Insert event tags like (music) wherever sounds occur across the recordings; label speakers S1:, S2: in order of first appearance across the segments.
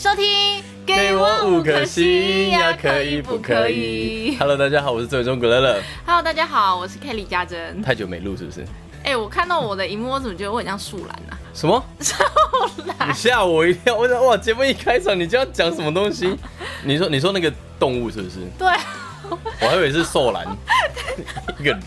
S1: 收听，
S2: 给我五颗星呀，可以不可以？Hello，大家好，我是最伟中古乐乐。
S1: ？Hello，大家好，我是 Kelly 家珍。
S2: 太久没录是不是？
S1: 哎、我看到我的荧幕，我怎么觉得我很像树懒
S2: (laughs)
S1: 啊？
S2: 什么？你吓我一跳！我想哇，节目一开场你就要讲什么东西？你说你说那个动物是不是？
S1: 对，
S2: 我还以为是兽 (laughs) 兰，一个人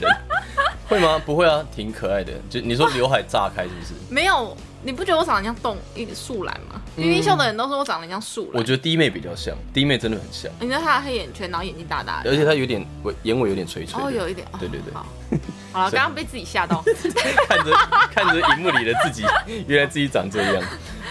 S2: 会吗？不会啊，挺可爱的。就你说刘海炸开是不是？
S1: 没有，你不觉得我长得像动一个树懒吗？
S2: 嗯
S1: 冰冰秀的人都说我长得像树
S2: 我
S1: 懒。
S2: 觉得弟妹比较像，弟妹真的很像，
S1: 你知道他的黑眼圈，然后眼睛大大的，
S2: 而且她有点尾眼尾有点垂垂的。
S1: 哦，有一点，哦
S2: 对对对
S1: 好，好
S2: (laughs)
S1: 了，
S2: 所以
S1: 刚刚被自己吓到。
S2: 看着 (laughs) 看着荧幕里的自己，原来自己长这样。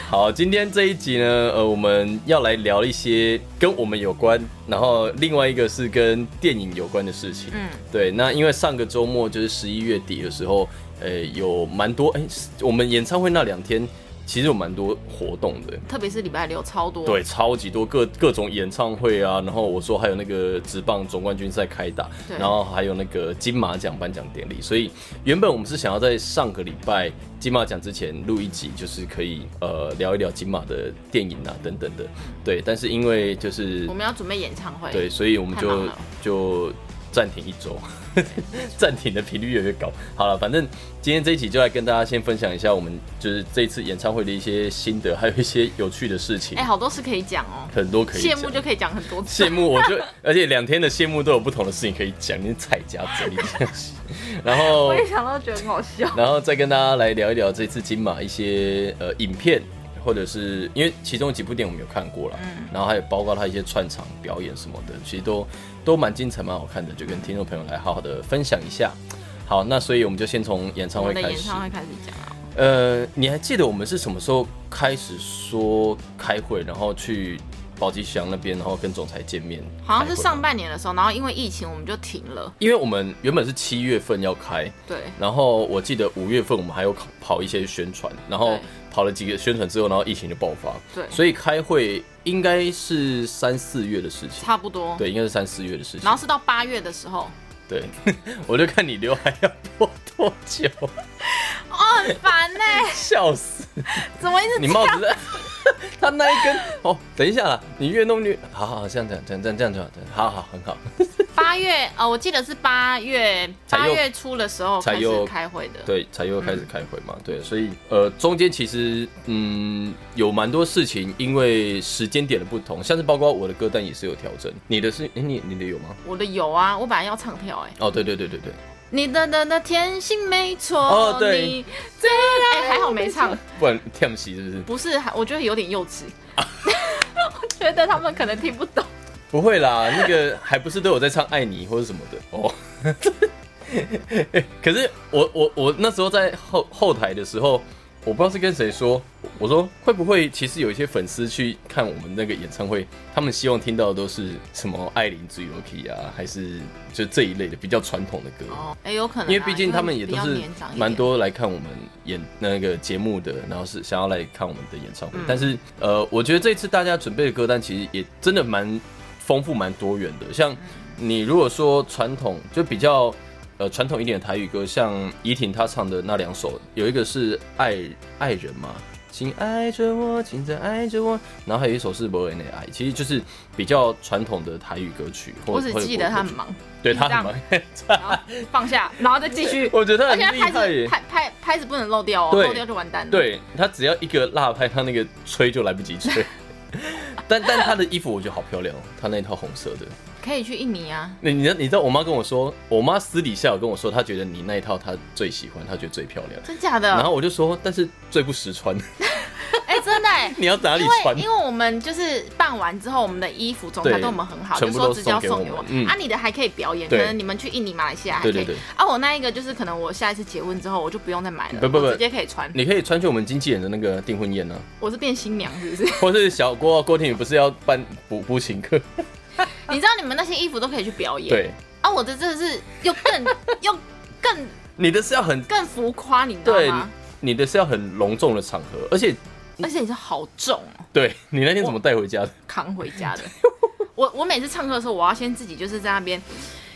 S2: 好，今天这一集呢，呃，我们要来聊一些跟我们有关，然后另外一个是跟电影有关的事情。
S1: 嗯，
S2: 对，那因为上个周末就是十一月底的时候，呃，有蛮多，哎、我们演唱会那两天其实有蛮多活动的。
S1: 特别是礼拜六超多。
S2: 对，，超级多各各种演唱会啊，然后我说还有那个职棒总冠军赛开打，
S1: 对
S2: 然后还有那个金马奖颁奖典礼，所以原本我们是想要在上个礼拜金马奖之前录一集，就是可以呃聊一聊金马的电影啊等等的，对，但是因为就是
S1: 嗯我们要准备演唱会。
S2: 对，，所以我们
S1: 太忙
S2: 就
S1: 了
S2: 就暂停一周， (laughs) 暂停的频率越来越高。好了，反正今天这一期就来跟大家先分享一下我们就是这次演唱会的一些心得，还有一些有趣的事情。
S1: 哎、好多事可以讲哦。
S2: 很多可以
S1: 羡
S2: 讲
S1: 慕就可以讲很多
S2: (laughs)
S1: 次。
S2: 羡慕，我就而且两天的羡慕都有不同的事情可以讲，你是蔡家嘴里这样子然后
S1: (laughs) 我一想到觉得很好笑。
S2: 然后再跟大家来聊一聊这次金马一些呃影片，或者是因为其中几部电影我们有看过了，
S1: 嗯
S2: 然后还有包括他一些串场表演什么的，其实都都蛮精彩蛮好看的，就跟听众朋友来好好的分享一下。好，那所以我们就先从演唱
S1: 我
S2: 会
S1: 们的
S2: 开
S1: 演
S2: 始。
S1: 唱会开始讲啊。
S2: 呃，你还记得我们是什么时候开始说开会，然后去宝吉祥那边，然后跟总裁见面？
S1: 好像
S2: 开
S1: 是
S2: 会
S1: 上半年的时候，然后因为疫情我们就停了。
S2: 因为我们原本是七月份要开，
S1: 对，
S2: 然后我记得五月份我们还有跑跑一些宣传，然后
S1: 对
S2: 跑了几个宣传之后，然后疫情就爆发，
S1: 对
S2: 所以开会应该是三四月的事情，
S1: 差不多。
S2: 对，应该是三四月的事情
S1: 然。后是到八月的时
S2: (laughs)
S1: 候，
S2: 对，我就看你刘海要拨多久， (laughs)
S1: 哦，很烦呢、
S2: 笑死！
S1: 怎么一直
S2: 你帽子在，他那一根哦，等一下啦，你越弄越好好，这样这样这样这样这样这样，这样好好很好。
S1: 八月？呃，我记得是八月
S2: 才
S1: 八
S2: 又
S1: 月初的时候
S2: 才
S1: 开始
S2: 又
S1: 开会的。
S2: 对，才又开始开会嘛，对，所以呃，中间其实嗯有蛮多事情，因为时间点的不同，像是包括我的歌单也是有调整，你的是，诶你你的有吗？
S1: 我的有啊，我本来要唱跳哎、
S2: 哦，对对对对对，
S1: 你的的的天性没错，
S2: 哦对
S1: 你最爱、哎还好没唱，
S2: 不然跳不起是不是？
S1: 不是，还我觉得有点幼稚， (laughs) 我觉得他们可能听不懂。
S2: 不会啦，那个还不是都有在唱爱你或者什么的哦。 (laughs) 可是我我我那时候在后后台的时候，我不知道是跟谁说，我说会不会其实有一些粉丝去看我们那个演唱会，他们希望听到的都是什么艾琳 z u k i 啊，还是就这一类的比较传统的歌。
S1: 哦，哎、有可能啊、
S2: 因为毕竟他们也
S1: 因
S2: 都
S1: 为比较
S2: 是
S1: 年长一点
S2: 蛮多来看我们演那个节目的，然后是想要来看我们的演唱会。
S1: 嗯
S2: 但是呃，我觉得这次大家准备的歌单其实也真的蛮丰富、蛮多元的。
S1: 嗯
S2: 像你如果说传统，就比较呃传统一点的台语歌，像怡婷她唱的那两首，有一个是《爱爱人》嘛。请爱着我，请再爱着我。然后还有一首是《伯恩的爱》，其实就是比较传统的台语歌曲。或
S1: 我
S2: 者
S1: 只
S2: 或者
S1: 记得
S2: 国
S1: 他
S2: 歌
S1: 很
S2: 曲
S1: 忙，
S2: 对
S1: 一
S2: 他很
S1: 张
S2: 忙， (laughs)
S1: 然后放下，然后再继续。
S2: 我觉得他
S1: (laughs) 而
S2: 很
S1: 且
S2: 厉
S1: 拍
S2: 害
S1: 子
S2: 耶。
S1: 拍拍拍子不能漏掉哦，
S2: 对
S1: 漏掉就完蛋了。，
S2: 对他只要一个辣拍，他那个吹就来不及
S1: (laughs)
S2: 吹。但但他的衣服我觉得好漂亮哦，他那一套红色的。
S1: 可以去印尼啊。
S2: 你你知道你知道我妈跟我说，我妈私底下有跟我说，她觉得你那一套她最喜欢，她觉得最漂亮。
S1: 真假
S2: 然
S1: 的？
S2: 后我就说，但是最不实穿， (laughs)
S1: 哎、真的哎、
S2: 你要 (laughs) 哪里
S1: 因为
S2: 穿？
S1: 因为我们就是办完之后，我们的衣服总裁
S2: 对
S1: 对我们很好，
S2: 全
S1: 就
S2: 部
S1: 说
S2: 都
S1: 直接要
S2: 送
S1: 送
S2: 给
S1: 给
S2: 我
S1: 我
S2: 们
S1: 们。
S2: 嗯
S1: 啊，你的还可以表演，可
S2: 对
S1: 能你们去印尼、马来西亚还可以。
S2: 对对对
S1: 啊，我那一个就是可能我下一次结婚之后，我就不用再买了，
S2: 不不不
S1: 我直接可以穿。
S2: 你可以穿去我们经纪人的那个订婚宴呢、啊，
S1: 我是变新娘是不
S2: (laughs)
S1: 是？
S2: 或是小郭郭婷宇不是要办补补请客？
S1: 你知道你们那些衣服都可以去表演。。
S2: 对，
S1: 啊，我的真的是又更 (laughs) 又更
S2: 你的是要很
S1: 更浮夸，你知道
S2: 对
S1: 吗？，
S2: 你的是要很隆重的场合，而且
S1: 而且你是好重哦，
S2: 对你那天怎么带回家的？
S1: 扛回家的。我我每次唱歌的时候，我要先自己就是在那边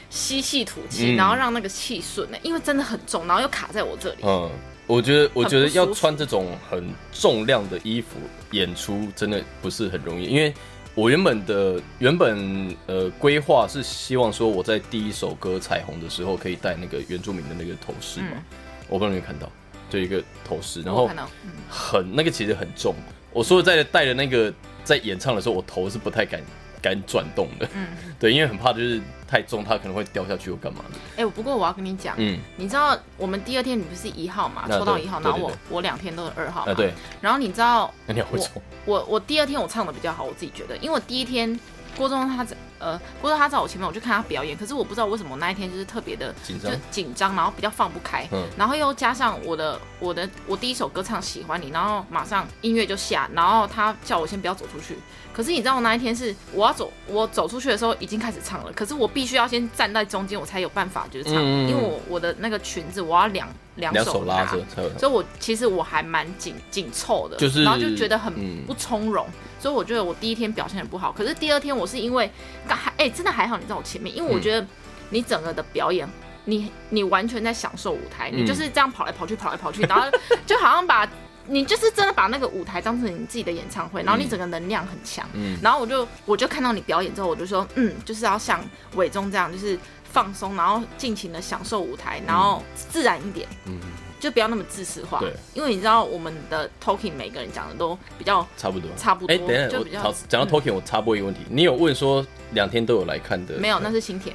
S1: 吸气吐气，
S2: 嗯
S1: 欸然后让那个气顺呢，因为真的很重，然后又卡在我这里。
S2: 嗯，我觉得，我觉得
S1: 很不舒
S2: 要
S1: 服
S2: 穿这种很重量的衣服演出，真的不是很容易。因为我原本的原本呃规划是希望说，我在第一首歌《彩虹》的时候可以戴那个原住民的那个头饰嘛。
S1: 嗯
S2: 我不知道你有没有看到，就一个头饰，然
S1: 我
S2: 后
S1: 看到，嗯
S2: 很那个其实很重。我说实在的，戴的那个在演唱的时候，我头是不太敢敢转动的， (laughs)
S1: 嗯，
S2: 对，因为很怕就是太重，它可能会掉下去或干嘛的。
S1: 哎、不过我要跟你讲，
S2: 嗯，
S1: 你知道我们第二天你不是一号嘛，
S2: 啊
S1: 抽到
S2: 对
S1: 一号，
S2: 对
S1: 然后我
S2: 对
S1: 我两天都是二号嘛，
S2: 啊对，
S1: 然后你知道
S2: 那你好会
S1: 我
S2: 抽，
S1: 我我第二天我唱的比较好，我自己觉得，因为我第一天郭中他在呃郭中他在我前面，我就看他表演，可是我不知道为什么我那一天就是特别的
S2: 紧
S1: 就
S2: 张
S1: 是紧张，然后比较放不开，
S2: 嗯
S1: 然后又加上我的我的我第一首歌唱《喜欢你》，然后马上音乐就下，然后他叫我先不要走出去。可是你知道我那一天是我要走，我走出去的时候已经开始唱了，可是我必须要先站在中间，我才有办法就是唱，
S2: 嗯嗯嗯
S1: 因为我我的那个裙子我要两两
S2: 两
S1: 手
S2: 手拉
S1: 拿
S2: 着才有。
S1: 所以我其实我还蛮紧紧凑的，
S2: 就是
S1: 然后就觉得很
S2: 嗯
S1: 不从容，所以我觉得我第一天表现很不好。可是第二天我是因为刚还哎、真的还好你在我前面，因为我
S2: 嗯
S1: 觉得你整个的表演。你你完全在享受舞台，
S2: 嗯
S1: 你就是这样跑来跑去，跑来跑
S2: (laughs)
S1: 去，然后就好像把你就是真的把那个舞台当成你自己的演唱会，然后你
S2: 嗯
S1: 整个能量很强。
S2: 嗯
S1: 然后我就我就看到你表演之后，我就说，嗯，就是要像伟忠这样，就是放松，然后尽情的享受舞台，然后自然一点。
S2: 嗯，
S1: 就不要那么自私化。
S2: 对，
S1: 因为你知道我们的 talking 每个人讲的都比较
S2: 差不多，
S1: 差不多
S2: 哎，等一下，
S1: 就
S2: 我
S1: 比较嗯
S2: 好讲到 Token，我插播一个问题，你有问说两天都有来看的？
S1: 没有，那是新田，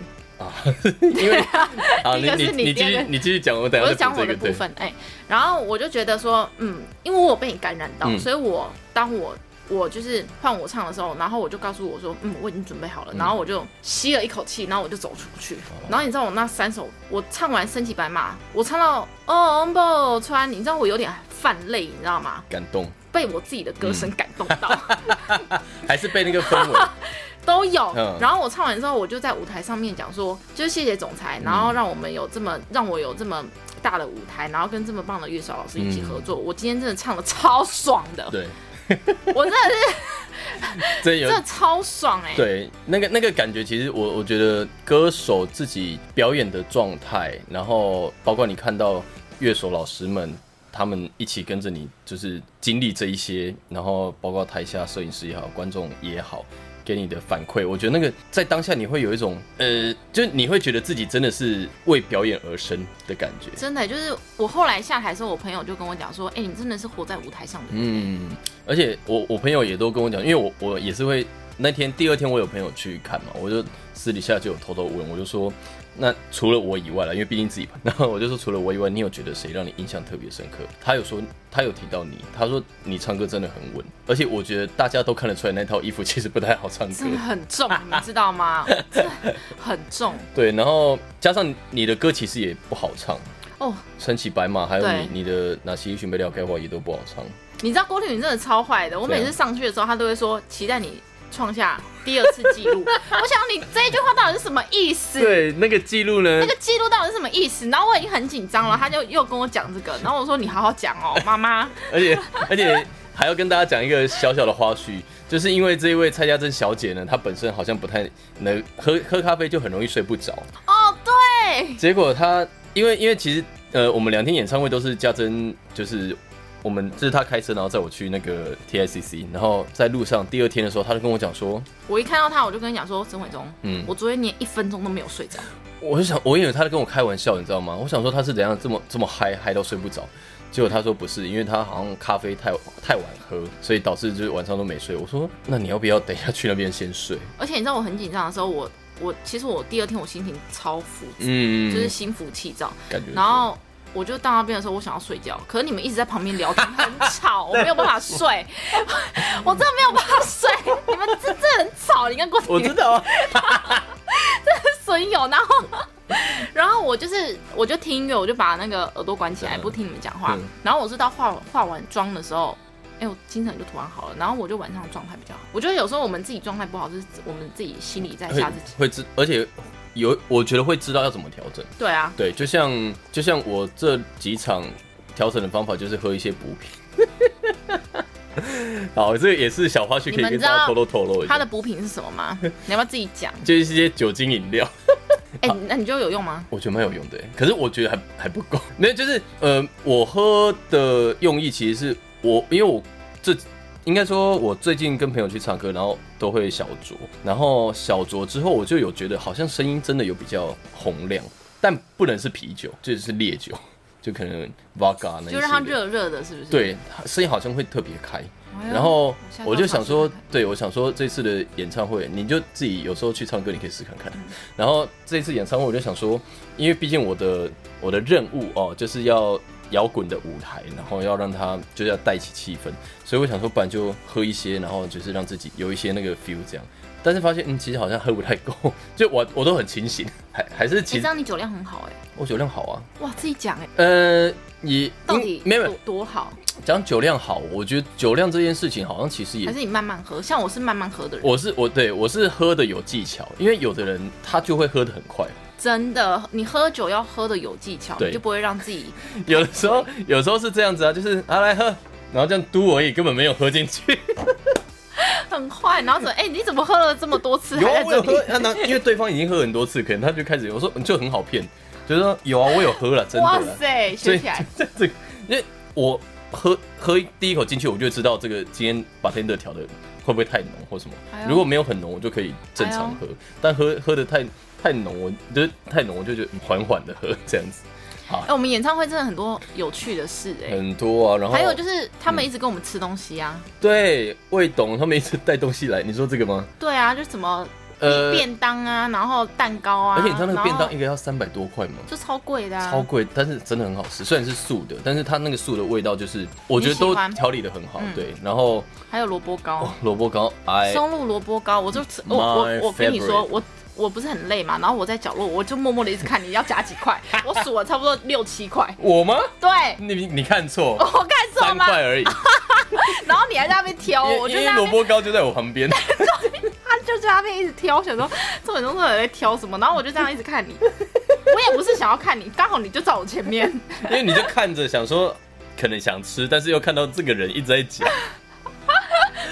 S2: 因为 (laughs) 啊，
S1: 一
S2: 你
S1: 个
S2: 你
S1: 是你
S2: 你
S1: 第
S2: 继
S1: 二
S2: 续
S1: 个
S2: 你继续讲，哎我等一
S1: 我
S2: 下
S1: 就
S2: 再
S1: 讲
S2: 讲
S1: 我的
S2: 这个
S1: 部
S2: 对，
S1: 分。哎、然后我就觉得说，嗯，因为我有被你感染到，
S2: 嗯
S1: 所以我当我我就是换我唱的时候，然后我就告诉我说，嗯，我已经准备好了，
S2: 嗯
S1: 然后我就吸了一口气，然后我就走出去。
S2: 哦
S1: 然后你知道我那三首，我唱完《身骑白马》，我唱到哦不穿，你知道我有点泛泪，你知道吗？
S2: 感动，
S1: 被我自己的歌声
S2: 嗯
S1: 感动到。 (laughs)
S2: 还是被那个氛围，
S1: 都有
S2: 嗯。
S1: 然后我唱完之后，我就在舞台上面讲说，就是谢谢总裁，然后让我们有这么让我有这么大的舞台，然后跟这么棒的乐手老师一起合
S2: 嗯
S1: 作。我今天真的唱的超爽
S2: (laughs)
S1: 的，
S2: 对，
S1: 我真的是
S2: 真有
S1: 真的超爽哎、
S2: 对，那个那个感觉，其实我我觉得歌手自己表演的状态，然后包括你看到乐手老师们他们一起跟着你，就是经历这一些，然后包括台下摄影师也好，观众也好。给你的反馈，我觉得那个在当下你会有一种，呃，就是你会觉得自己真的是为表演而生的感觉。
S1: 真的就是我后来下台的时候，我朋友就跟我讲说：“哎、你真的是活在舞台上的人。
S2: 嗯，而且我我朋友也都跟我讲，因为我我也是会那天第二天我有朋友去看嘛，我就私底下就有偷偷问，我就说那除了我以外了，因为毕竟自己嘛，然后我就说除了我以外，你有觉得谁让你印象特别深刻？他有说 (laughs) 他有提到你，他说你唱歌真的很稳，而且我觉得大家都看得出来那套衣服其实不太好唱歌
S1: 真的，很重，你们知道
S2: (laughs)
S1: 吗？真的很重
S2: 对，然后加上你的歌其实也不好唱，
S1: 哦！
S2: 撑起白马还有
S1: 对
S2: 你你的哪些一群没料该话也都不好唱，
S1: 你知道郭婷婷真的超坏的，我每
S2: 对
S1: 次
S2: 啊
S1: 上去的时候，她都会说期待你创下第二次纪
S2: (laughs)
S1: 录。我想你这一句话到底是什么意思？
S2: 对，那个记录呢
S1: 那个记录到底是什么意思？然后我已经很紧张了，他就又跟我讲这
S2: (laughs)
S1: 个，然后我说你好好讲哦，妈妈。
S2: 而且 (laughs) 而且还要跟大家讲一个小小的花絮，就是因为这一位蔡家珍小姐呢，她本身好像不太能喝喝咖啡就很容易睡不着，
S1: 哦，对，
S2: 结果她因为因为其实呃我们两天演唱会都是家珍就是。我们就是她开车，然后载我去那个 TICC，然后在路上第二天的时候，她就跟我讲说，
S1: 我一看到他，我就跟你讲说，曾伟忠，
S2: 嗯
S1: 我昨天连一分钟都没有睡着，
S2: 我就想，我以为他在跟我开玩笑，你知道吗？我想说他是怎样这么这么嗨嗨到睡不着，结果他说不是，因为他好像咖啡太太晚喝，所以导致就是晚上都没睡。我说那你要不要等一下去那边先睡？
S1: 而且你知道我很紧张的时候，我我其实我第二天我心情超浮，
S2: 嗯，
S1: 就是心浮气躁，
S2: 感觉是。
S1: 然后。我就到那边的时候，我想要睡觉，可是你们一直在旁边聊天，很
S2: (laughs)
S1: 吵，我没有办法睡， (laughs) 我真的没有办法睡。你们真的很吵，你跟郭婷
S2: 我
S1: 婷
S2: 知道啊，
S1: 损友，然后 (laughs) 然后我就是我就听音乐，我就把那个耳朵关起来，
S2: 嗯
S1: 不听你们讲话
S2: 嗯。
S1: 然后我是到化化完妆的时候。哎、我精神就突然好了，然后我就晚上状态比较好。我觉得有时候我们自己状态不好，就是我们自己心里在
S2: 会
S1: 吓自己。
S2: 会知，而且有我觉得会知道要怎么调整。
S1: 对啊，
S2: 对，就像就像我这几场调整的方法就是喝一些补品。 (laughs) 好，这个也是小花絮，可以
S1: 你们
S2: 跟
S1: 知道
S2: 大家透露透露一下。
S1: 它的补品是什么吗？你要不要自己讲？
S2: 就是一些酒精饮料。
S1: 哎、那你觉得有用吗？
S2: 我觉得蛮有用的欸，可是我觉得还还不够。 (laughs) 没有，就是呃，我喝的用意其实是我，因为我这应该说，我最近跟朋友去唱歌，然后都会小酌，然后小酌之后，我就有觉得好像声音真的有比较洪亮，但不能是啤酒， (laughs) 这就是烈酒，就可能 vodka 那一些的
S1: 就让它热热的，是不是？，
S2: 对，声音好像会特别开。
S1: 哎呦
S2: 然后
S1: 下次
S2: 我就
S1: 要
S2: 想
S1: 尝试
S2: 说
S1: 看看，
S2: 对我想说这次的演唱会，你就自己有时候去唱歌，你可以试看看。然后这次演唱会，我就想说，因为毕竟我的我的任务哦，就是要摇滚的舞台，然后要让它就是要带起气氛，所以我想说，不然就喝一些，然后就是让自己有一些那个 feel 这样。但是发现，嗯，其实好像喝不太够，就我我都很清醒，还还是
S1: 哎、
S2: 其
S1: 这
S2: 实
S1: 样你酒量很好哎、
S2: 我酒量好啊，
S1: 哇，自己讲哎、
S2: 呃，也
S1: 到底
S2: 嗯没有没
S1: 多
S2: 有
S1: 多好？
S2: 讲酒量好，我觉得酒量这件事情好像其实也
S1: 还是你慢慢喝？像我是慢慢喝的人，
S2: 我是我对我是喝的有技巧，因为有的人他就会喝的很快， (laughs)
S1: 真的，你喝酒要喝的有技巧，
S2: 对
S1: 你就不会让自己
S2: 有的时候有时候是这样子啊，就是啊来喝，然后这样嘟而已，根本没有喝
S1: (laughs)
S2: 进去。
S1: 很坏。然后
S2: (laughs)
S1: 怎么？哎、你怎么喝了这么多次
S2: 有啊
S1: 还在
S2: 我有
S1: 这里
S2: 喝？，啊那因为对方已经喝很多次，可能他就开始我说就很好骗，就说有啊我有喝了，真的
S1: 哇
S2: 啦。
S1: 塞，
S2: 所
S1: 学
S2: 以
S1: 起来
S2: 这这个，因为我喝喝一第一口进去，我就知道这个今天把 tender 调的会不会太浓或什么
S1: 哎。呦哎
S2: 如果没有很浓，我就可以正常喝；但喝喝的太太浓，我就是太浓，我就觉得嗯缓缓的喝这样子。
S1: 哎、我们演唱会真的很多有趣的事哎、
S2: 很多啊，然后嗯
S1: 还有就是他们一直跟我们吃东西啊，
S2: 对魏董他们一直带东西来，你说这个吗？
S1: 对啊，就什么
S2: 呃
S1: 便当啊，然后蛋糕啊，
S2: 而且你知道那个便
S1: 然
S2: 当
S1: 后
S2: 一个要三百多块吗？
S1: 就超贵的、啊，
S2: 超贵，但是真的很好吃。虽然是素的，但是它那个素的味道就是，我觉得
S1: 你
S2: 都
S1: 喜欢
S2: 调理的很好。
S1: 嗯
S2: 对，然后
S1: 还有萝卜糕，
S2: 哦萝卜糕，哎，
S1: 松露萝卜糕，我就吃，
S2: My
S1: 我我我跟你
S2: favorite
S1: 说，我我不是很累嘛，然后我在角落，我就默默的一直看你要夹几块，我数了差不多六七块，
S2: 我吗？
S1: 对。
S2: 你你看错，
S1: 我看错
S2: 三
S1: 吗？
S2: 块
S1: (laughs)
S2: 而已，
S1: 然后你还在那边挑，
S2: 因
S1: 哦我就
S2: 因
S1: 在
S2: 为
S1: 那
S2: 萝
S1: 边，
S2: 卜糕就在我旁边。 (laughs)
S1: 他就在那边一直挑，想说这种东西在挑什么，然后我就这样一直看你，我也不是想要看你，刚好你就在我前面，
S2: 因为你就看着想说，可能想吃，但是又看到这个人一直在夹，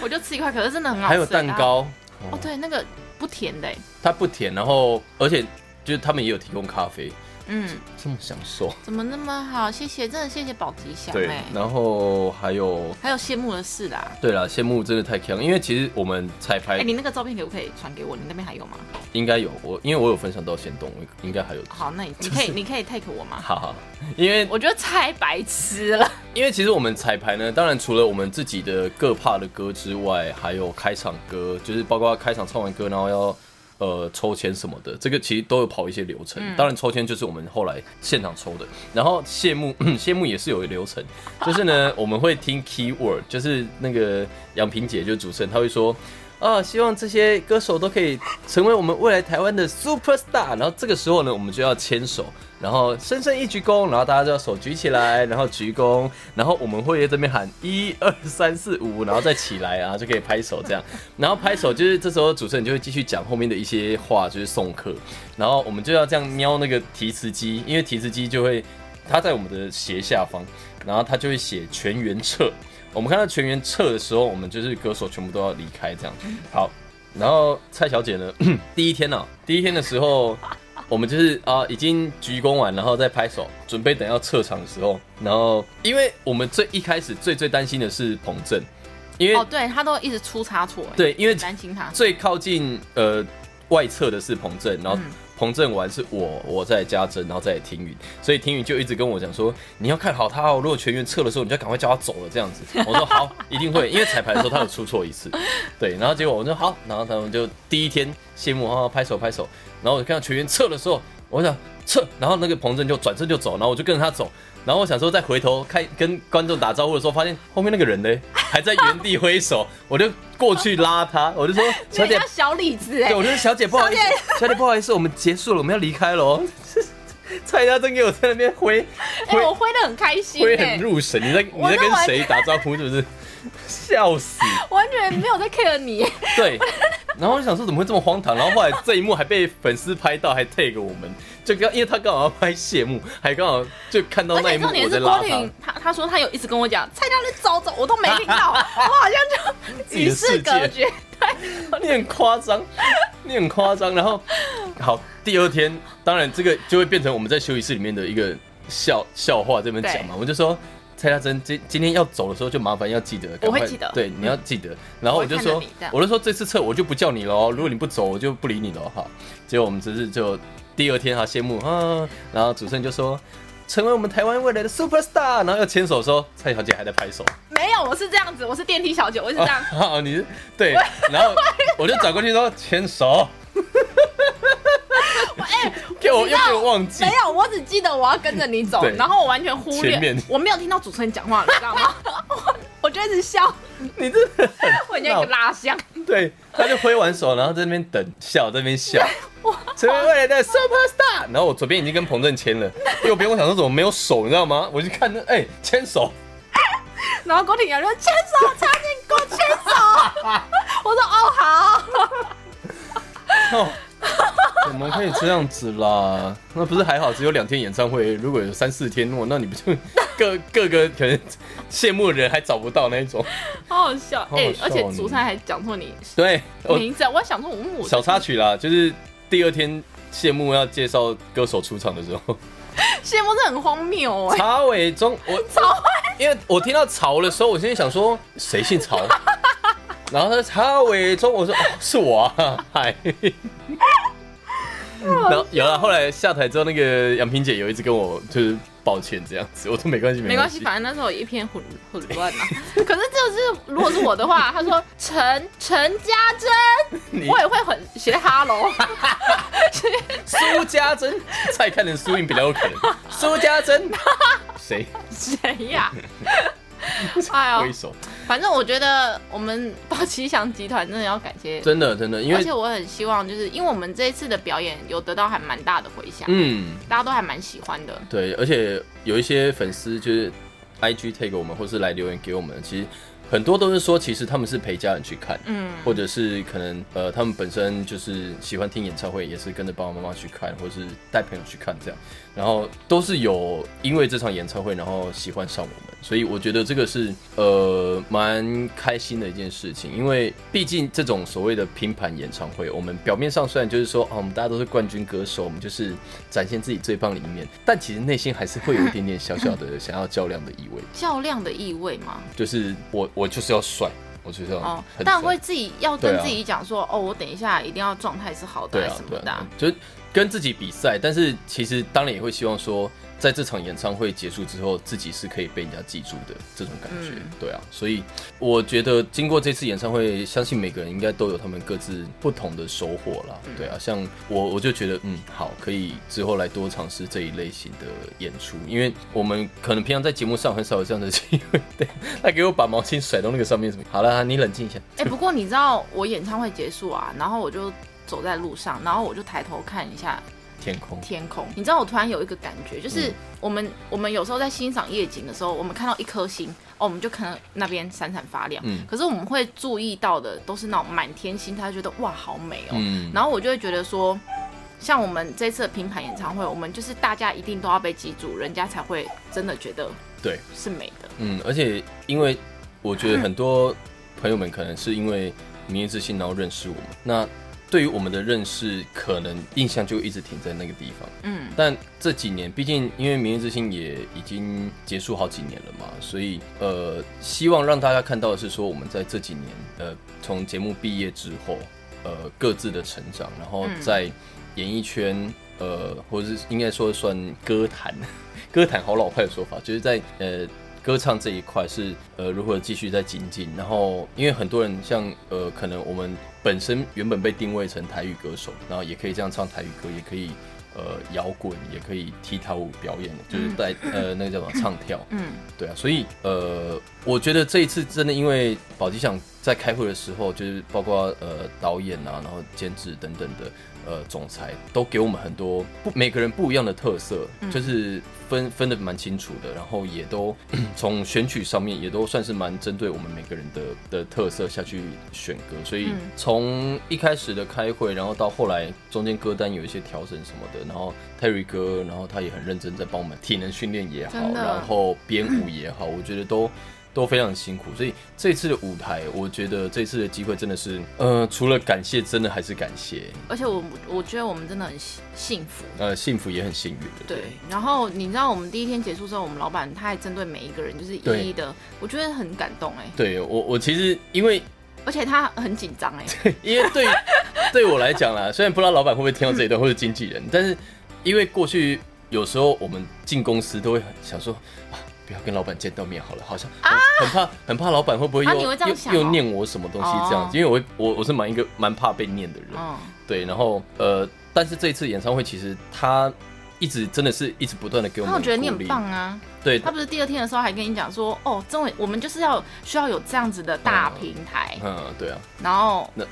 S1: 我就吃一块，可是真的很好吃。
S2: 还有蛋
S1: 啊，
S2: 糕，
S1: 哦对，那个不甜的欸，
S2: 它不甜，然后而且就是他们也有提供咖啡，
S1: 嗯，
S2: 这么享受。
S1: 怎么那么好？谢谢，真的谢谢宝吉祥
S2: 对
S1: 哎，，
S2: 然后还有，
S1: 还有谢幕的事啦。
S2: 对啦，羡慕真的太强，因为其实我们彩
S1: 哎、
S2: 排
S1: 你那个照片可不可以传给我？你那边还有吗？
S2: 应该有我，因为我有分享到先动，我应该还有。
S1: 好，那你你可以你可以 take 我吗？
S2: (laughs) 哈哈，因为
S1: 我觉得太白痴了。
S2: 因为其实我们彩排呢，当然除了我们自己的各 part 的歌之外，还有开场歌，就是包括开场唱完歌，然后要呃抽签什么的，这个其实都有跑一些流程。当然抽签就是我们后来现场抽的，然后谢幕嗯谢幕也是有流程，就是呢我们会听 keyword，就是那个杨萍姐就是主持人，她会说。啊，希望这些歌手都可以成为我们未来台湾的 super star。然后这个时候呢，我们就要牵手，然后深深一鞠躬，然后大家就要手举起来，然后鞠躬，然后我们会这边喊一二三四五，然后再起来，然啊后就可以拍手这样。然后拍手就是这时候主持人就会继续讲后面的一些话，就是送客。然后我们就要这样瞄那个提词机，因为提词机就会它在我们的斜下方，然后它就会写全员撤。我们看到全员撤的时候，我们就是歌手全部都要离开这样。
S1: 嗯
S2: 好，然后蔡小姐呢， (clears throat) 第一天呢、第一天的时候，我们就是啊，已经鞠躬完，然后再拍手，准备等要撤场的时候，然后因为我们最一开始最最担心的是彭正，因为、
S1: 哦，对他都一直出差错，哎，
S2: 对，因为
S1: 担心他。
S2: 最靠近呃外侧的是彭正，然后
S1: 嗯
S2: 彭正完是我，我在家珍，然后再来听雨，所以听雨就一直跟我讲说，你要看好他哦，如果全员撤的时候，你就赶快叫他走了这样子。我说好，一定会，因为彩排的时候他有出错一次，对，然后结果我说好，然后他们就第一天谢幕，然后拍手拍手，然后我就看到全员撤的时候，我想撤，然后那个彭正就转身就走，然后我就跟着他走。然后我想说，再回头看跟观众打招呼的时候，发现后面那个 (laughs) 人呢还在原地挥手，我就过去拉他，我就 (laughs) 说小
S1: 那
S2: 姐
S1: 叫小李子哎
S2: 对，，我就是小姐，不好意思，小姐不好意思，我们结束了，我们要离开了 (laughs) 哦。蔡家珍给我在那边挥
S1: 哎、
S2: 挥
S1: 我挥的很开心
S2: 挥很
S1: 哎，
S2: 入神，你在你在跟谁打招呼是不是？ (laughs) 笑死！
S1: 完全没有在 care 你。
S2: (laughs) 对，然后我想说怎么会这么荒唐，然后后来这一幕还被粉丝拍到，还 tag 我们，就刚因为他刚好要拍谢幕，还刚好就看到
S1: 而
S2: 哦那一
S1: 且
S2: 幕
S1: 重
S2: 我
S1: 点
S2: 在
S1: 是
S2: 拉
S1: 郭
S2: 他
S1: 婷，，他他说他有一直跟我讲蔡佳丽走走，我都没听
S2: (laughs)
S1: 到，我好像就
S2: 己
S1: 与
S2: 的世界
S1: 世隔绝。
S2: (laughs) 你很夸张，你很夸张。然后好，第二天当然这个就会变成我们在休息室里面的一个笑笑话这边讲嘛，我就说。蔡家珍今今天要走的时候，就麻烦要记得，赶
S1: 我会
S2: 快
S1: 记得
S2: 对，你要记得。然后我就
S1: 我
S2: 说
S1: 会看着你这样，
S2: 我就说这次测我就不叫你了哦，如果你不走，我就不理你了哦。好，结果我们只是就第二天哈谢幕啊，然后主持人就说成为我们台湾未来的 super star，然后要牵手的时候，蔡小姐还在拍手。
S1: 没有，我是这样子，我是电梯小姐，我是这样。
S2: (laughs) 哦，你是对，
S1: (laughs)
S2: 然后我就转过去说牵手，
S1: 哎、
S2: (laughs) 给我又给我忘记
S1: 没。有，我只记得我要跟着你走
S2: 对，
S1: 然后我完全忽
S2: 前
S1: 略
S2: 面，
S1: 我没有听到主持人讲话，你知道吗？ (laughs) 我我就一直笑，
S2: (laughs) 你真的很
S1: 我已经给拉箱。
S2: 对，他就挥完手，然后在那边等笑，在那
S1: (laughs)
S2: 边笑。成为未来的 super star。然后我左边已经跟彭正签了，右边我想说怎么没有手，你知道吗？我就看那哎牵手，
S1: 然后郭婷阳就说牵手，差点给我牵手。
S2: (laughs)
S1: 我说哦好， (laughs)
S2: 哦怎么可以这样子啦？那不是还好，只有两天演唱会，如果有三四天哦，那你不就各各个可能羡慕的人还找不到那一种？
S1: 好好笑。
S2: 好好
S1: 哎、
S2: 笑
S1: 而且
S2: 你
S1: 主持人还讲错你
S2: 对，我
S1: 名字，我还想说嗯我
S2: 小插曲啦，就是第二天谢幕要介绍歌手出场的时
S1: (laughs)
S2: 候，
S1: 谢幕是很荒谬哎、
S2: 曹伟忠，
S1: (laughs)
S2: 我
S1: 超
S2: 因为我听到曹的时候，我先想说谁姓
S1: (laughs)
S2: 曹，然后他说曹伟忠，我说、哦、是我啊， (laughs) 嗨。
S1: (laughs)
S2: 然后有了，后来下台之后，那个杨萍姐有一直跟我就是抱歉这样子，我说没关系，
S1: 没关系，反正那时候一片混混乱嘛。可是就是如果是我的话，他说陈陈家
S2: 你
S1: 珍，我也会很写哈喽。
S2: (laughs) 苏家珍，再看成苏韵比较有可能。苏
S1: (laughs)
S2: 家珍，谁
S1: 谁
S2: (laughs)
S1: 呀、哎
S2: 挥
S1: 呦，
S2: 手？
S1: 反正我觉得我们抱吉祥集团真的要感谢，
S2: 真的真的，因
S1: 而
S2: 为
S1: 且我很希望就是因为我们这一次的表演有得到还蛮大的回响，
S2: 嗯，
S1: 大家都还蛮喜欢的。
S2: 对，而且有一些粉丝就是 I G take 我们，或是来留言给我们，其实很多都是说，其实他们是陪家人去看，
S1: 嗯，
S2: 或者是可能呃，他们本身就是喜欢听演唱会，也是跟着爸爸妈妈去看，或是带朋友去看这样，然后都是有因为这场演唱会，然后喜欢上我们，所以我觉得这个是呃蛮开心的一件事情，因为毕竟这种所谓的拼盘演唱会，我们表面上虽然就是说啊，我们大家都是冠军歌手，我们就是展现自己最棒的一面，但其实内心还是会有一点点小小的想要较量的意味，
S1: 较量的意味嘛，
S2: 就是我我就是要帅。我就是要
S1: 哦
S2: 很，
S1: 但
S2: 帅
S1: 会自己要
S2: 对
S1: 跟
S2: 啊
S1: 自己讲说，哦，我等一下一定要状态是好的
S2: 对
S1: 还是
S2: 啊
S1: 什，么
S2: 对
S1: 的啊、
S2: 啊，就是跟自己比赛，但是其实当然也会希望说，在这场演唱会结束之后，自己是可以被人家记住的这种感觉，
S1: 嗯
S2: 对啊，所以我觉得经过这次演唱会，相信每个人应该都有他们各自不同的收获啦，
S1: 嗯
S2: 对啊，像我我就觉得嗯好，可以之后来多尝试这一类型的演出，因为我们可能平常在节目上很少有这样的机会，对，他给我把毛巾甩到那个上面什么，好了，你冷静一下，
S1: 哎、不过你知道我演唱会结束啊，然后我就走在路上，然后我就抬头看一下
S2: 天空，
S1: 天空。你知道我突然有一个感觉，
S2: 嗯
S1: 就是我们、我们有时候在欣赏夜景的时候，我们看到一颗星，哦，我们就可能那边闪闪发亮。
S2: 嗯
S1: 可是我们会注意到的都是那种满天星，他就觉得哇好美哦。
S2: 嗯，
S1: 然后我就会觉得说，像我们这次的拼盘演唱会，我们就是大家一定都要被记住，人家才会真的觉得
S2: 对。
S1: 是美的。
S2: 嗯，而且因为我觉得很多朋友们可能是因为《明日之星》然后认识我们，那对于我们的认识，可能印象就一直停在那个地方。
S1: 嗯，
S2: 但这几年，毕竟因为《明日之星》也已经结束好几年了嘛，所以呃，希望让大家看到的是说，我们在这几年，呃，从节目毕业之后，呃，各自的成长，然后在演艺圈，呃，或者是应该说算歌坛，歌坛好老派的说法，就是在呃。歌唱这一块是呃如何继续在精进，然后因为很多人像呃可能我们本身原本被定位成台语歌手，然后也可以这样唱台语歌，也可以呃摇滚，也可以踢踏舞表演，就是在呃那个叫什么唱跳，
S1: 嗯，
S2: 对啊，所以呃，我觉得这一次真的因为宝吉想在开会的时候，就是 (laughs) 包括呃导演啊，然后监制等等的呃总裁，都给我们很多不每个人不一样的特色，
S1: 嗯
S2: 就是分分的蛮清楚的，然后也都 (clears throat) 从选曲上面也都算是蛮针对我们每个人的的特色下去选歌，所以
S1: 嗯
S2: 从一开始的开会，然后到后来中间歌单有一些调整什么的，然后 Terry 哥，然后他也很认真在帮我们体能训练也好，
S1: 真的 (clears throat)
S2: 然后。然后编舞也好，我觉得都都非常辛苦，所以这次的舞台，我觉得这次的机会真的是，呃，除了感谢，真的还是感谢，
S1: 而且我我觉得我们真的很幸幸福。
S2: 呃，幸福也很幸运的，
S1: 对，然后你知道我们第一天结束之后，我们老板他还针对每一个人就是
S2: 对
S1: 一一的，我觉得很感动哎、
S2: 对我我其实因为
S1: 而且他很紧张哎，
S2: 因为对对我来讲啦，虽 (laughs) 然不知道老板会不会听到这一段，或者经纪人，但是因为过去有时候我们进公司都会很想说啊，不要跟老板见到面好了，好像很很怕很怕老板会不会又、
S1: 啊啊你会这样想
S2: 又
S1: 哦
S2: 又念我什么东西这样子，因为我会我我是蛮一个蛮怕被念的人，
S1: 嗯，
S2: 对，然后呃，但是这一次演唱会其实他。一直真的是一直不断的给我
S1: 他
S2: 们
S1: 我觉得你
S2: 鼓
S1: 很
S2: 励
S1: 棒啊，
S2: 对，
S1: 他不是第二天的时候还跟你讲说，哦，终于我们就是要需要有这样子的大平台，
S2: 嗯，对啊，
S1: 然后
S2: 那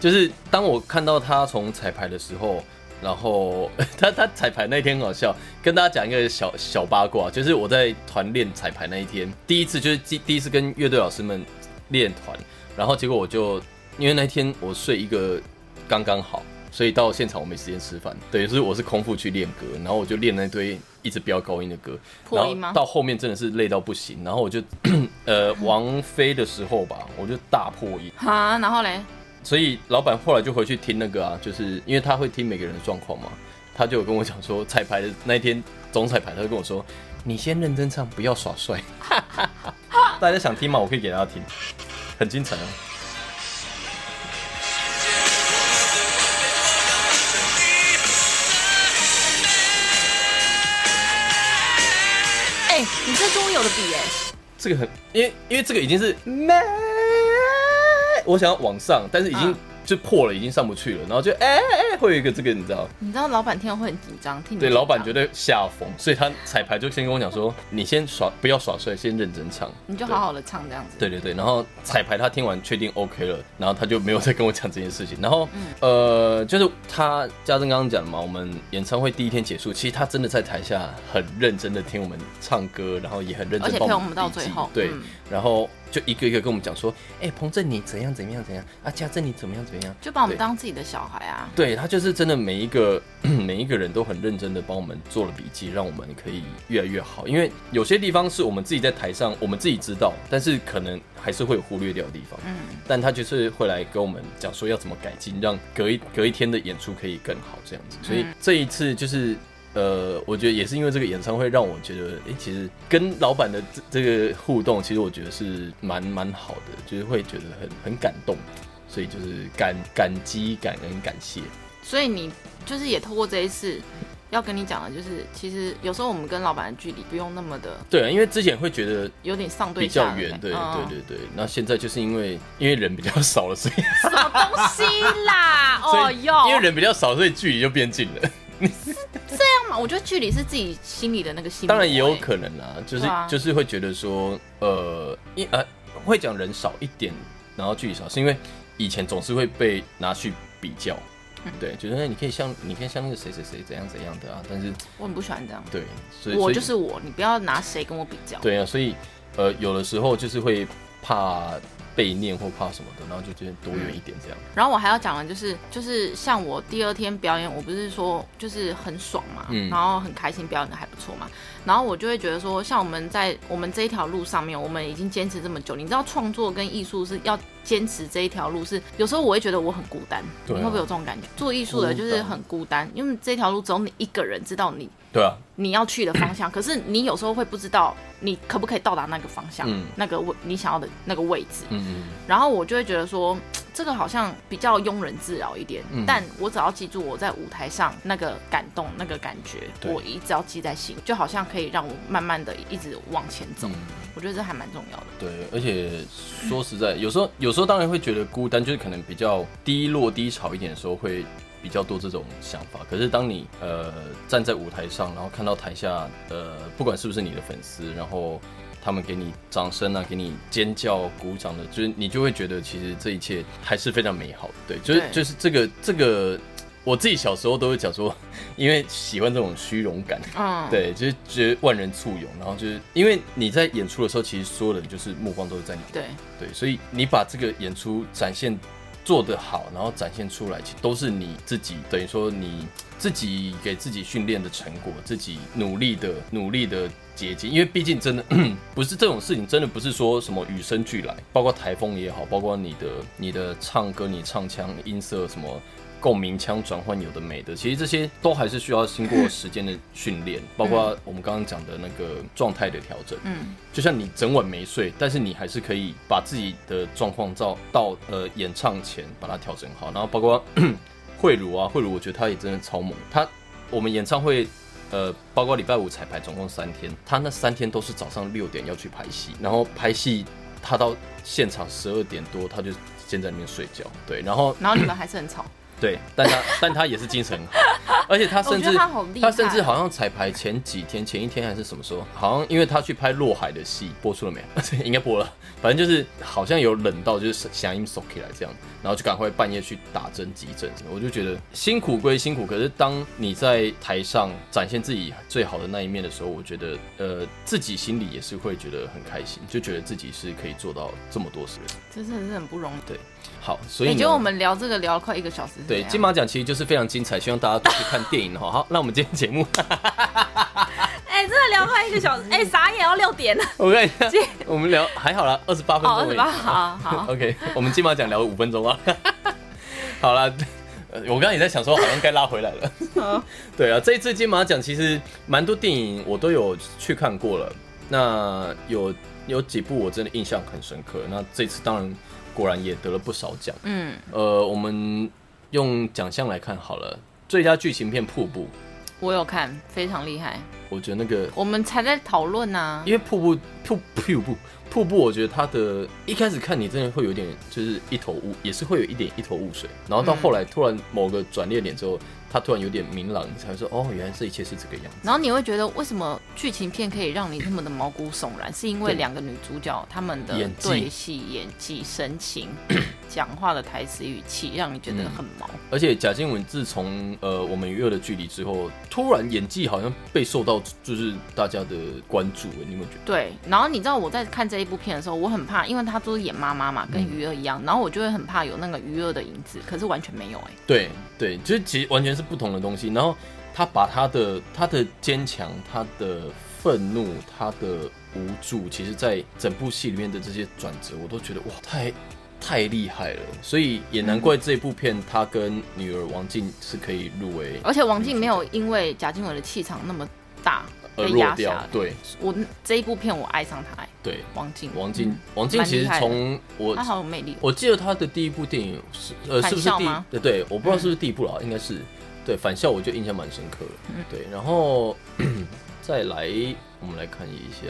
S2: 就是当我看到他从彩排的时候，然后 (laughs) 他他彩排那天很好笑，跟大家讲一个小小八卦，就是我在团练彩排那一天，第一次就是第第一次跟乐队老师们练团，然后结果我就因为那天我睡一个刚刚好。所以到现场我没时间吃饭，等于是我是空腹去练歌，然后我就练那堆一直飙高音的歌，
S1: 破音吗
S2: 然后到后面真的是累到不行，然后我就 (clears throat) 呃王菲的时候吧，我就大破音，
S1: 哈，然后嘞，
S2: 所以老板后来就回去听那个啊，就是因为他会听每个人的状况嘛，他就有跟我讲说，彩排的那一天总彩排，他就跟我说，你先认真唱，不要耍帅。 (laughs) 大家想听吗？我可以给大家听，很精彩啊。
S1: 哎、你这跟我有的比哎、
S2: 这个很，因为因为这个已经是，我想要往上，但是已经
S1: 嗯
S2: 就破了，已经上不去了，然后就哎哎、哎会有一个这个，你知道。
S1: 你知道老板听了会很紧张，听你
S2: 对，
S1: 紧张
S2: 老板绝对吓疯，所以他彩排就先跟我讲说，你先耍，不要耍帅，先认真唱。
S1: 你就
S2: 对
S1: 好好的唱这样子，
S2: 对对对，然后彩排他听完确定 OK 了，然后他就没有再跟我讲这件事情。然后、
S1: 嗯
S2: 呃，就是他家正刚刚讲的嘛，我们演唱会第一天结束，其实他真的在台下很认真的听我们唱歌，然后也很认
S1: 而
S2: 真
S1: 且
S2: 帮
S1: 陪我
S2: 们
S1: 们到
S2: 笔
S1: 最
S2: 记
S1: 后
S2: 对，
S1: 嗯
S2: 然后就一个一个跟我们讲说，哎、彭正你怎样怎样怎样啊，家正你怎么样怎么样。
S1: 就把我们
S2: 对
S1: 当自己的小孩啊，
S2: 对他就是真的每一个 (clears throat) 每一个人都很认真的帮我们做了笔记，让我们可以越来越好。因为有些地方是我们自己在台上我们自己知道，但是可能还是会有忽略掉的地方。
S1: 嗯，
S2: 但他就是会来跟我们讲说要怎么改进，让隔一隔一天的演出可以更好这样子。所以这一次就是。呃，我觉得也是因为这个演唱会让我觉得，哎、其实跟老板的这这个互动，其实我觉得是蛮蛮好的，就是会觉得很很感动，所以就是感感激、感恩、感谢。
S1: 所以你就是也透过这一次。要跟你讲的就是，其实有时候我们跟老板的距离不用那么的
S2: 对，啊因为之前会觉得
S1: 有点上对
S2: 比
S1: 下
S2: 较
S1: 的
S2: 远，
S1: 感
S2: 对
S1: 嗯
S2: 对对对。那现在就是因为因为人比较少了，所以
S1: 什么东西
S2: (laughs)
S1: 啦？
S2: 所
S1: 哦
S2: 以
S1: 哟，
S2: 因为人比较少，所以距离就变近了。
S1: 干嘛？我觉得距离是自己心里的那个心魔欸。
S2: 当然也有可能啦，就是
S1: 对啊
S2: 就是会觉得说，呃，一呃会讲人少一点，然后距离少，是因为以前总是会被拿去比较。
S1: 嗯
S2: 对，就是哎你可以像你可以像那个谁谁谁怎样怎样的啊，但是
S1: 我很不喜欢这样。
S2: 对，所以
S1: 我
S2: 所以
S1: 就是我，你不要拿谁跟我比较。
S2: 对啊，所以呃，有的时候就是会怕被念或怕什么的，然后就觉得躲远一点这样。
S1: 然后我还要讲的就是，就是像我第二天表演，我不是说就是很爽嘛，
S2: 嗯
S1: 然后很开心，表演的还不错嘛。然后我就会觉得说，像我们在我们这一条路上面，我们已经坚持这么久，你知道创作跟艺术是要坚持这一条路是，有时候我会觉得我很孤单，
S2: 对啊
S1: 你会不会有这种感觉？做艺术的就是很孤单，因为这条路只有你一个人知道你
S2: 对啊，
S1: 你要去的方
S2: (clears throat)
S1: 向，可是你有时候会不知道你可不可以到达那个方向，
S2: 嗯
S1: 那个位你想要的那个位置。
S2: 嗯嗯。嗯
S1: 然后我就会觉得说，嘖这个好像比较庸人自扰一点，
S2: 嗯
S1: 但我只要记住我在舞台上那个感动、那个感觉，
S2: 对
S1: 我一直要记在心，就好像可以让我慢慢的一直往前走。
S2: 嗯
S1: 我觉得这还蛮重要的。
S2: 对，而且说实在，有时候有时候当然会觉得孤单，就是可能比较低落、低潮一点的时候会。比较多这种想法，可是当你呃站在舞台上，然后看到台下呃不管是不是你的粉丝，然后他们给你掌声啊，给你尖叫、鼓掌的，就是你就会觉得其实这一切还是非常美好的。对，就是
S1: 对
S2: 就是这个这个，我自己小时候都会讲说， (laughs) 因为喜欢这种虚荣感，
S1: 嗯，
S2: 对，就是觉得万人簇拥，然后就是因为你在演出的时候，其实所有人就是目光都是在你，
S1: 对
S2: 对，所以你把这个演出展现做得好，然后展现出来，其实都是你自己等于说你自己给自己训练的成果，自己努力的努力的结晶。因为毕竟真的 (clears throat) 不是这种事情，真的不是说什么与生俱来，包括台风也好，包括你的你的唱歌、你唱腔、音色什么。共鸣腔转换有的没的，其实这些都还是需要经过时间的训练，包括我们刚刚讲的那个状态的调整。
S1: 嗯，
S2: 就像你整晚没睡，但是你还是可以把自己的状况照到呃演唱前把它调整好，然后包括 (clears throat) 慧茹啊，慧茹我觉得她也真的超猛，她我们演唱会。呃，包括礼拜五彩排，总共三天，她那三天都是早上六点要去拍戏，然后拍戏她到现场十二点多，她就先在那边睡觉，对，然后
S1: 然后你们还是很吵， (clears throat)
S2: 对，但他但他也是精神很好，而且他
S1: 哦
S2: 甚
S1: 我觉
S2: 至
S1: 得他好厉害啊
S2: 甚至好像彩排前几天，前一天还是什么时候，好像因为他去拍《落海》的戏，播出了没？啊 (laughs) 应该播了，反正就是好像有冷到就是响应 s o k 来这样，然后就赶快半夜去打针急诊。我就觉得辛苦归辛苦，可是当你在台上展现自己最好的那一面的时候，我觉得呃自己心里也是会觉得很开心，就觉得自己是可以做到这么多事。
S1: 这真的是很不容易。
S2: 好，所以
S1: 你
S2: 呢
S1: 觉得我们聊这个聊了快一个小时是怎
S2: 对，啊
S1: 样，
S2: 金马奖其实就是非常精彩，希望大家多去看电 (laughs) 影哈。好，那我们今天节目，
S1: 哎、真的聊快一个小 (laughs) 时，哎、傻眼要六点
S2: (laughs)
S1: 了，
S2: 我看一下，我们聊还好啦，哦二十八分钟
S1: 好，
S2: 而
S1: 是
S2: 已。
S1: 吧？好好，
S2: OK，我们金马奖聊了五分钟啊。 (laughs) 好啦，呃我刚刚也在想说，好像该拉回来 (laughs) 了。对啊，这一次金马奖其实蛮多电影我都有去看过了，那有有几部我真的印象很深刻。那这次当然果然也得了不少奖。
S1: (laughs) 嗯，
S2: 呃，我们用奖项来看好了，最佳剧情片《瀑布》，
S1: 我有看，非常厉害。
S2: 我觉得那个
S1: 我们才在讨论啊呢
S2: 因，为瀑布瀑瀑布瀑布，我觉得它的一开始看你真的会有点就是一头雾，也是会有一点一头雾水，然后到后来突然某个转捩点之后，它突然有点明朗，你才会说哦，原来这一切是这个样子。
S1: 然后你会觉得为什么剧情片可以让你那么的毛骨悚然？是因为
S2: 对
S1: 两个女主角她们的
S2: 演技
S1: 对戏、演技、神情、
S2: (clears throat)
S1: 讲话的台词、语气，让你觉得很毛。
S2: 而且贾静雯自从呃我们与恶的距离之后，突然演技好像被受到就是大家的关注，你有没有觉得？
S1: 对，然后你知道我在看这一部片的时候，我很怕，因为她都是演妈妈嘛，跟
S2: 嗯
S1: 余儿一样，然后我就会很怕有那个余儿的影子，可是完全没有哎、
S2: 对对，就是其实完全是不同的东西。然后他把他的他的坚强、他的愤怒、他的无助，其实在整部戏里面的这些转折，我都觉得哇，太太厉害了。所以也难怪这部片他跟女儿王静是可以入围
S1: 而且王静没有因为贾静雯的气场那么大被
S2: 而呃弱
S1: 压下
S2: 掉
S1: 来。。
S2: 对
S1: 我这一部片我爱上她、哎
S2: 对，
S1: 王静，
S2: 王静王静其实
S1: 蛮厉害的
S2: 从我
S1: 她好有魅力哦。
S2: 我记得他的第一部电影是呃，
S1: 返
S2: 是不是
S1: 校
S2: 第
S1: 吗嗯
S2: 对对，我不知道是不是第一部了，应该是对返校，我就印象蛮深刻
S1: 嗯
S2: 的。对，然后 (clears throat) 再来，我们来看一下，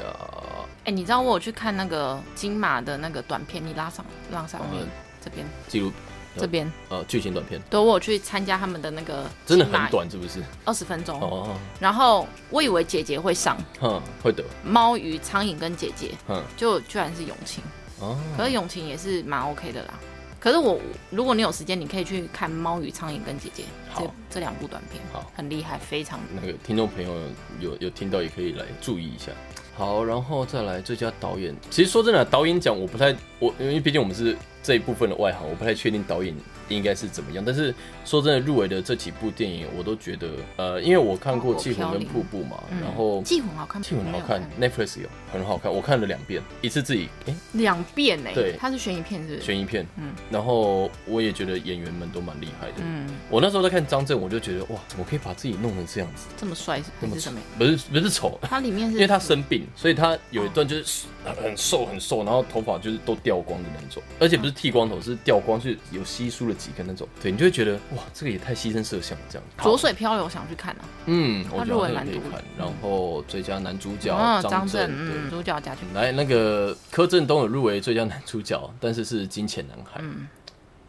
S1: 哎、你知道我有去看那个金马的那个短片，你拉上拉上面、
S2: 嗯
S1: 这边
S2: 记录
S1: 这边，
S2: 呃剧情短片，
S1: 对我有去参加他们的那个
S2: 真的很，短，是不是？
S1: 二十分钟。
S2: 哦，
S1: 然后我以为姐姐会上
S2: 哼，会的，
S1: 猫与苍蝇跟姐姐，
S2: 哼，
S1: 就居然是永晴，
S2: 哦，
S1: 可是永晴也是蛮 OK 的啦。可是我如果你有时间，你可以去看《猫与苍蝇跟姐姐》这
S2: 好
S1: 这两部短片，
S2: 好
S1: 很厉害，非常
S2: 那个听众朋友有有听到也可以来注意一下。好，然后再来最佳导演。其实说真的，导演奖我不太我，因为毕竟我们是这一部分的外行，我不太确定导演应该是怎么样。但是说真的，入围的这几部电影，我都觉得，呃，因为我看过《
S1: 哦
S2: 气
S1: 飘
S2: 魂》跟
S1: 零
S2: 《瀑布》嘛，
S1: 嗯
S2: 然后《
S1: 记魂好看吗，
S2: 气魂》
S1: 我
S2: 好
S1: 没有
S2: 看，Netflix 有很好看，我看了两遍，一次自己诶
S1: 两遍呢、
S2: 对
S1: 它是悬疑片是不是？
S2: 悬疑片，
S1: 嗯
S2: 然后我也觉得演员们都蛮厉害的。
S1: 嗯，
S2: 我那时候在看张震，我就觉得哇，怎么可以把自己弄成这样子？
S1: 这么帅是还
S2: 那么
S1: 是
S2: 丑
S1: 什么？？
S2: 不是不是丑，
S1: 它里面是
S2: 因为他生病，所以他有一段就是很很瘦很瘦，然后头发就是都掉光的那种，而且不是剃光头，是掉光，是有稀疏了几根那种。对，你就会觉得哇，这个也太牺牲设想了这样。
S1: 浊，水漂流想去看啊，
S2: 嗯，我
S1: 他
S2: 觉
S1: 入围
S2: 得那个
S1: 蛮
S2: 可以
S1: 多的
S2: 看。然后最佳男主角
S1: 啊
S2: 张
S1: 震，
S2: 震，对
S1: 嗯，主角贾俊，
S2: 来，那个柯震东有入围最佳男主角，但是是《金钱男孩》。
S1: 嗯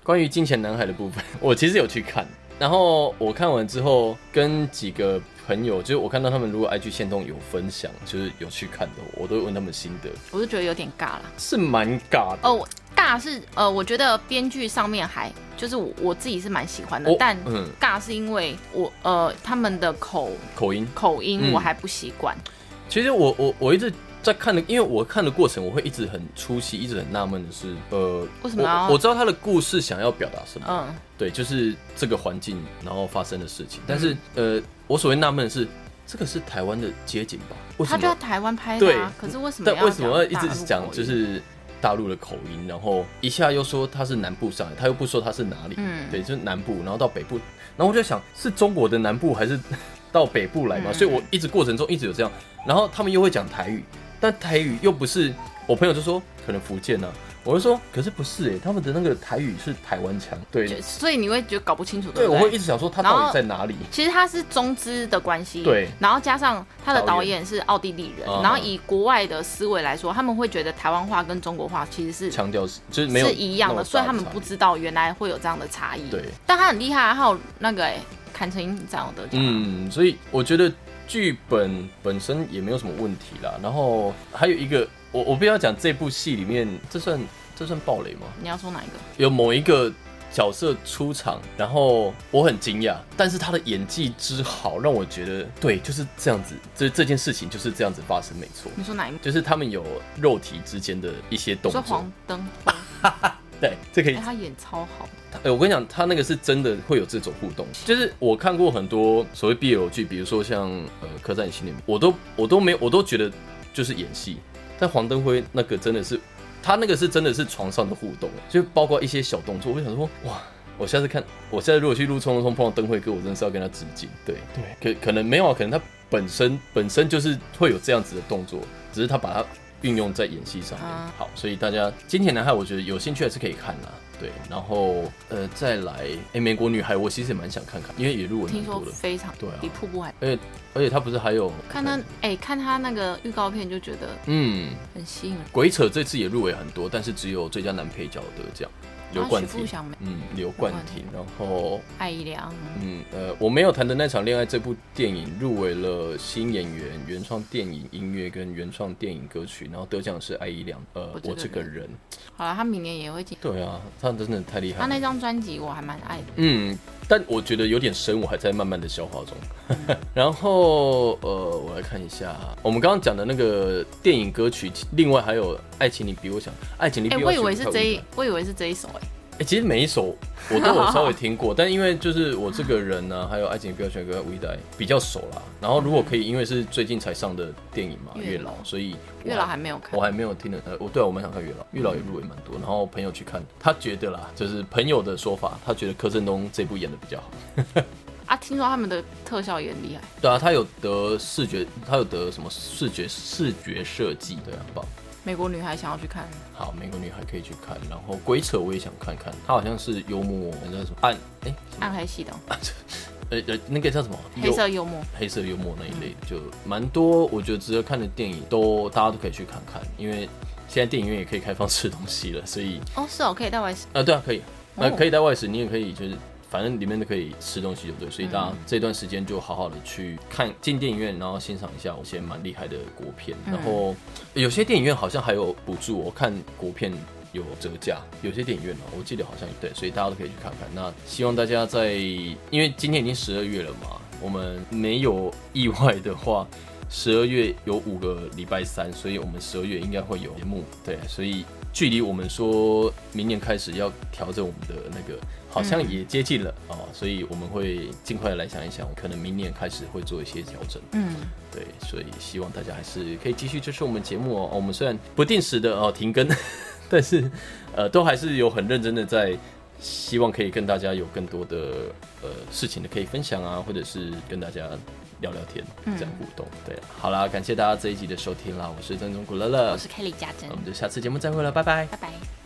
S2: 关于《金钱男孩》的部分， (laughs) 我其实有去看，然后我看完之后跟几个朋友，就是我看到他们如果 IG 线动有分享，就是有去看的，我都会问他们心得，
S1: 我是觉得有点尬啦。
S2: 是蛮尬的。
S1: 哦，我尬是呃，我觉得编剧上面还就是我我自己是蛮喜欢的，
S2: 哦
S1: 但
S2: 嗯
S1: 尬是因为我呃他们的口
S2: 口音，
S1: 口音
S2: 嗯
S1: 我还不习惯，
S2: 其实我我我一直在看的，因为我看的过程，我会一直很出戏，一直很纳闷的是，呃，
S1: 为什么啊要
S2: 我我知道他的故事想要表达什么，
S1: 嗯，
S2: 对，就是这个环境然后发生的事情，但是、
S1: 嗯
S2: 呃，我所谓纳闷的是，这个是台湾的街景吧？为
S1: 他
S2: 什
S1: 就在
S2: 么？
S1: 台湾拍
S2: 对
S1: 的啊，可是为什么
S2: 但
S1: 要
S2: 为什么要一
S1: 大
S2: 直
S1: 陆
S2: 讲
S1: 口
S2: 就
S1: 音
S2: 是大陆的口音，然后一下又说他是南部上来，他又不说他是哪里，
S1: 嗯
S2: 对，就是南部，然后到北部，然后我就在想是中国的南部还是 (laughs) 到北部来嘛？
S1: 嗯
S2: 所以我一直过程中一直有这样，然后他们又会讲台语，但台语又不是我朋友就说可能福建啊，我就说可是不是哎、他们的那个台语是台湾腔，
S1: 就
S2: 对
S1: 所以你会觉得搞不清楚，
S2: 对，
S1: 不对？
S2: 我会一直想说他
S1: 然
S2: 到
S1: 后
S2: 底在哪里？
S1: 其实他是中资的关系，
S2: 对
S1: 然后加上他的
S2: 导
S1: 导
S2: 演
S1: 演是奥地利人，
S2: 嗯
S1: 然后以国外的思维来说，他们会觉得台湾话跟中国话其实是
S2: 腔调是就是没有
S1: 是一样
S2: 那
S1: 的，
S2: 种
S1: 所以
S2: 大
S1: 他们
S2: 差
S1: 不
S2: 别
S1: 知道原来会有这样的差异。
S2: 对，
S1: 但他很厉害啊，还有那个哎，坎城影展有得奖，
S2: 嗯，所以我觉得剧本本身也没有什么问题啦。然后还有一个，我我不要讲这部戏里面，这算这算暴雷吗？
S1: 你要说哪一个？
S2: 有某一个角色出场，然后我很惊讶，但是他的演技之好，让我觉得对，就是这样子，这这件事情就是这样子发生，没错。
S1: 你说哪一幕？
S2: 就是他们有肉体之间的一些
S1: 你
S2: 动
S1: 说
S2: 作
S1: 黄，灯？
S2: 对，这可以
S1: 哎，他演超好，
S2: 哎、我跟你讲，他那个是真的会有这种互动，就是我看过很多所谓 BL 剧，比如说像呃《客栈心里面》，我都我都没有，我都觉得就是演戏，但黄登辉那个真的是，他那个是真的是床上的互动，就包括一些小动作，我就想说哇。我下次看，我现在如果去路冲冲碰到灯辉哥，我真的是要跟他致敬。对对，可可能没有啊，可能他本身本身就是会有这样子的动作，只是他把它运用在演戏上面。
S1: 啊
S2: 好，所以大家《金钱男孩》，我觉得有兴趣还是可以看啦。对，然后呃，再来，哎、美国女孩》，我其实也蛮想看看，因为也入围
S1: 听
S2: 蛮
S1: 说
S2: 多的。
S1: 非常
S2: 对啊
S1: 比瀑布还
S2: 而且而且他不是还有
S1: 看他哎，看他那个预告片就觉得
S2: 嗯，
S1: 很吸引人。
S2: 鬼扯这次也入围很多，但是只有最佳男配角得奖，
S1: 啊
S2: 刘
S1: 然后
S2: 冠
S1: 许
S2: 廷
S1: 富。祥美、
S2: 嗯，刘冠廷，然后
S1: 艾怡良，
S2: 嗯，呃，我没有谈的那场恋爱这部电影入围了新演员、原创电影音乐跟原创电影歌曲，然后得奖是艾怡良。呃，
S1: 我这个
S2: 我这个人，
S1: 好了，他明年也会进。
S2: 对啊，他真的太厉害
S1: 他
S2: 了。
S1: 那张专辑我还蛮爱的，
S2: 嗯，但我觉得有点深，我还在慢慢的消化中。
S1: 嗯
S2: (laughs) 然后呃，我来看一下，我们刚刚讲的那个电影歌曲，另外还有《爱情你比我想》，《爱情你
S1: 哎、
S2: 比
S1: 我
S2: 我
S1: 以
S2: 想》
S1: 为是
S2: 快
S1: 这
S2: 五
S1: 一
S2: 百，
S1: 我以为是这一首、哎，
S2: 哎、其实每一首我都有稍微听过， (laughs) 但因为就是我这个人呢、还有《爱情你比我想》跟《微代》比较熟啦。然后如果可以，因为是最近才上的电影嘛，《月
S1: 月老》，
S2: 老所以我
S1: 月老还没有看
S2: 我，还没有听的，呃，我对啊我蛮想看月老，月老也入围蛮多，然后朋友去看，他觉得啦，就是朋友的说法，他觉得柯震东这部演的比较好。
S1: 啊，听说他们的特效也很厉害，
S2: 对啊，他有得视觉，他有得什么视觉视觉设计，对啊，很棒。
S1: 美国女孩想要去看，
S2: 好，美国女孩可以去看，然后鬼扯我也想看看，他好像是幽默，那叫什么暗哎
S1: 暗黑系的哦、
S2: (laughs) 呃呃那个叫什么
S1: 黑
S2: 幽
S1: 色幽默，
S2: 黑色幽默那一类的，就蛮多，我觉得值得看的电影都大家都可以去看看，因为现在电影院也可以开放吃东西了，所以 (laughs)
S1: 哦，是哦，可以带外食，
S2: 啊，对啊，可以，呃，
S1: 哦
S2: 可以在外食，你也可以就是。反正里面都可以吃东西，就对，所以
S1: 嗯
S2: 大家这段时间就好好的去看进电影院，然后欣赏一下一些蛮厉害的国片。然后有些电影院好像还有补助，我看国片有折价，有些电影院嘛，哦我记得好像对，所以大家都可以去看看。那希望大家在，因为今天已经十二月了嘛，我们没有意外的话，十二月有五个礼拜三，所以我们十二月应该会有节目。对，所以距离我们说明年开始要调整我们的那个，好像也接近了啊、哦所以我们会尽快来想一想，可能明年开始会做一些调整。
S1: 嗯，
S2: 对，所以希望大家还是可以继续支持我们节目哦。哦我们虽然不定时的哦停更，但是呃都还是有很认真的在，希望可以跟大家有更多的呃事情的可以分享啊，或者是跟大家聊聊天，这样互动。对，好啦，感谢大家这一集的收听啦，我是曾中古乐乐
S1: 呃我，是 Kelly 家珍
S2: 我，们就下次节目再会了，拜拜。
S1: 拜拜。